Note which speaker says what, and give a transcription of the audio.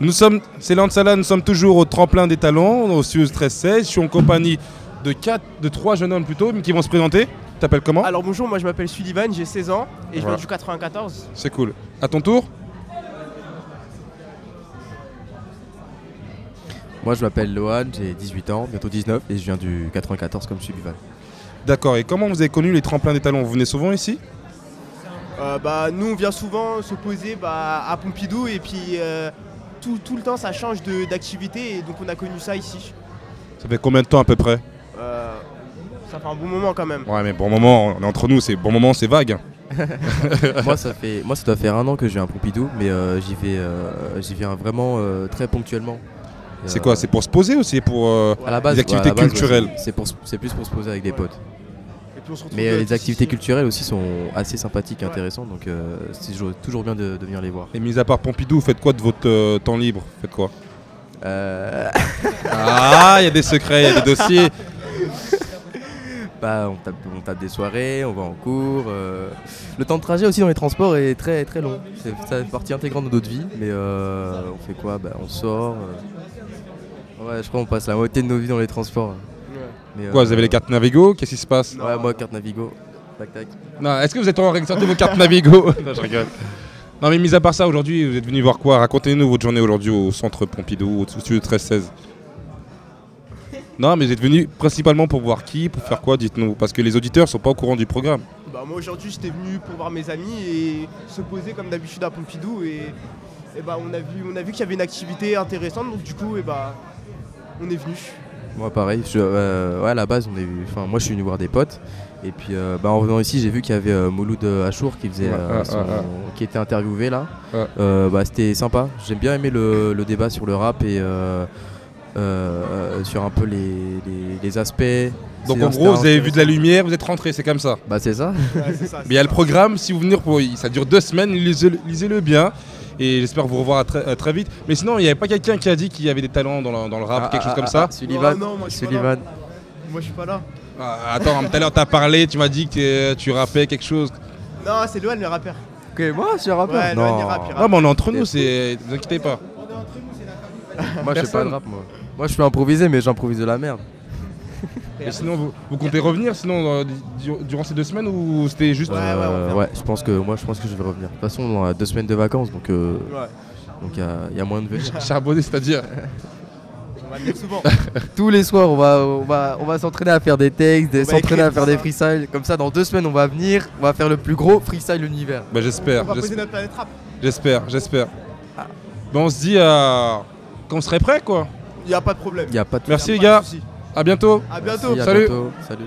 Speaker 1: Nous sommes, c'est Lansala, nous sommes toujours au tremplin des talents, au Sius 13-16. Je suis en compagnie de quatre, de trois jeunes hommes plutôt, mais qui vont se présenter. T'appelles comment
Speaker 2: Alors bonjour, moi je m'appelle Sullivan, j'ai 16 ans et je viens
Speaker 1: Voilà.
Speaker 2: du 94.
Speaker 1: C'est cool. À ton tour
Speaker 3: Moi je m'appelle Lohan, j'ai 18 ans, bientôt 19 et je viens du 94 comme Subival.
Speaker 1: D'accord, et comment vous avez connu les tremplins des talents Vous venez souvent ici
Speaker 2: Euh, bah, nous on vient souvent s'opposer bah, à Pompidou et puis euh, tout, tout le temps ça change de- d'activité et donc on a connu ça ici.
Speaker 1: Ça fait combien de temps à peu près
Speaker 2: Euh, ça fait un bon moment quand même.
Speaker 1: Ouais, mais bon moment, on est entre nous, c'est bon moment, c'est vague.
Speaker 3: moi ça fait moi ça doit faire un an que j'ai un Pompidou mais euh, j'y vais euh, j'y viens vraiment euh, très ponctuellement. Et,
Speaker 1: C'est
Speaker 3: euh,
Speaker 1: quoi C'est pour se poser ou c'est pour. euh,
Speaker 3: à la base,
Speaker 1: des activités
Speaker 3: à la base,
Speaker 1: culturelles.
Speaker 3: ouais, c'est- c'est pour se- c'est plus pour se poser avec des
Speaker 2: Ouais.
Speaker 3: potes.
Speaker 2: Et puis on se retrouve,
Speaker 3: Mais euh,
Speaker 2: euh,
Speaker 3: les
Speaker 2: tous
Speaker 3: activités
Speaker 2: ici.
Speaker 3: culturelles aussi sont assez sympathiques et
Speaker 2: Ouais.
Speaker 3: intéressantes donc euh, c'est toujours- toujours bien de, de venir les voir.
Speaker 1: Et mis à part Pompidou, vous faites quoi de votre euh, temps libre Faites quoi
Speaker 3: Euh,
Speaker 1: Ah, il y a des secrets, il y a des dossiers.
Speaker 3: bah, on, tape, on tape des soirées, on va en cours. euh, Le temps de trajet aussi dans les transports est très très long. C'est ça fait partie intégrante de notre vie. Mais euh, on fait quoi bah, On sort. euh. Ouais, je crois qu'on passe la moitié de nos vies dans les transports.
Speaker 2: Ouais.
Speaker 3: Mais,
Speaker 1: Quoi,
Speaker 3: euh,
Speaker 1: vous avez les cartes Navigo Qu'est-ce qui se passe
Speaker 3: Ouais, moi, carte Navigo. Tac tac.
Speaker 1: Non, est-ce que vous êtes en train de sortir vos cartes Navigo Non, je rigole. Non, mais mis à part ça, aujourd'hui, vous êtes venu voir quoi Racontez-nous votre journée aujourd'hui au centre Pompidou, au studio 13-16. Non, mais vous êtes venu principalement pour voir qui Pour faire quoi Dites-nous. Parce que les auditeurs sont pas au courant du programme.
Speaker 2: Bah, moi aujourd'hui j'étais venu pour voir mes amis et se poser comme d'habitude à Pompidou et, et bah, on a vu, on a vu qu'il y avait une activité intéressante donc du coup et bah, on est venu.
Speaker 3: Moi pareil, je, euh, ouais, à la base on est enfin moi je suis venu voir des potes et puis euh, bah, en venant ici j'ai vu qu'il y avait euh, Mouloud euh, Achour qui faisait
Speaker 1: Ouais,
Speaker 3: euh,
Speaker 1: ouais,
Speaker 3: son-
Speaker 1: ouais, ouais.
Speaker 3: qui était interviewé là.
Speaker 1: Ouais.
Speaker 3: Euh, bah, c'était sympa. J'ai bien aimé le, le débat sur le rap et euh, euh, euh, sur un peu les, les- les aspects.
Speaker 1: Donc
Speaker 3: C'est-
Speaker 1: en
Speaker 3: c'était
Speaker 1: gros, vous avez vu de la
Speaker 3: intéressant.
Speaker 1: lumière, vous êtes rentré, c'est comme ça.
Speaker 3: Bah c'est ça.
Speaker 2: Ouais, c'est ça,
Speaker 1: Mais il y a le programme, si vous venez pour. Ça dure deux semaines, lisez-le lisez-le bien. Et j'espère vous revoir à très, à très vite. Mais sinon, il n'y avait pas quelqu'un qui a dit qu'il y avait des talents dans, la- dans le rap,
Speaker 3: Ah,
Speaker 1: quelque
Speaker 3: ah,
Speaker 1: chose
Speaker 3: ah,
Speaker 1: comme
Speaker 3: ah,
Speaker 1: ça
Speaker 3: Sullivan.
Speaker 2: Non, non, moi, je suis pas
Speaker 3: Sullivan.
Speaker 2: Moi je suis pas là.
Speaker 1: Ah, Attends, tout à l'heure, t'as parlé, tu m'as dit que euh, tu rappais quelque chose.
Speaker 2: Non, c'est Loan le rappeur.
Speaker 3: Ok, moi je suis rappeur.
Speaker 2: Ouais, non,
Speaker 3: non,
Speaker 2: il rappe, il rappe.
Speaker 1: Non, Ah, mais on est entre nous, c'est. Ne vous inquiétez pas.
Speaker 3: moi je fais pas
Speaker 1: Personne.
Speaker 3: de rap moi. Moi je peux improviser mais j'improvise de la merde.
Speaker 1: Mais sinon, vous, vous comptez revenir sinon euh, du- durant ces deux semaines ou c'était juste.
Speaker 2: Ouais, ouais, on
Speaker 3: Euh,
Speaker 2: verra.
Speaker 3: ouais, je pense que moi je pense que je vais revenir. De toute façon on a deux semaines de vacances donc euh,
Speaker 2: Ouais,
Speaker 3: Donc il y a- il y, a moyen de venir.
Speaker 1: Charbonné, c'est-à-dire.
Speaker 2: on va venir souvent.
Speaker 3: Tous les soirs, on va, on va, on va s'entraîner à faire des textes, des-
Speaker 2: On va
Speaker 3: s'entraîner à
Speaker 2: écrire
Speaker 3: faire
Speaker 2: tout
Speaker 3: des
Speaker 2: ça.
Speaker 3: freestyles. Comme ça, dans deux semaines, on va venir, on va faire le plus gros freestyle univers.
Speaker 1: Bah,
Speaker 2: on va
Speaker 1: j'espère,
Speaker 2: poser
Speaker 1: j'espère,
Speaker 2: notre planète rap.
Speaker 1: j'espère, j'espère. Bah, on se dit euh, qu'on serait prêt, quoi.
Speaker 2: Y a pas de problème.
Speaker 3: Il n'y a pas de
Speaker 1: Merci,
Speaker 2: Y
Speaker 1: les
Speaker 2: a
Speaker 1: gars.
Speaker 2: pas de souci.
Speaker 1: À bientôt.
Speaker 2: À bientôt.
Speaker 1: Salut.
Speaker 3: Salut.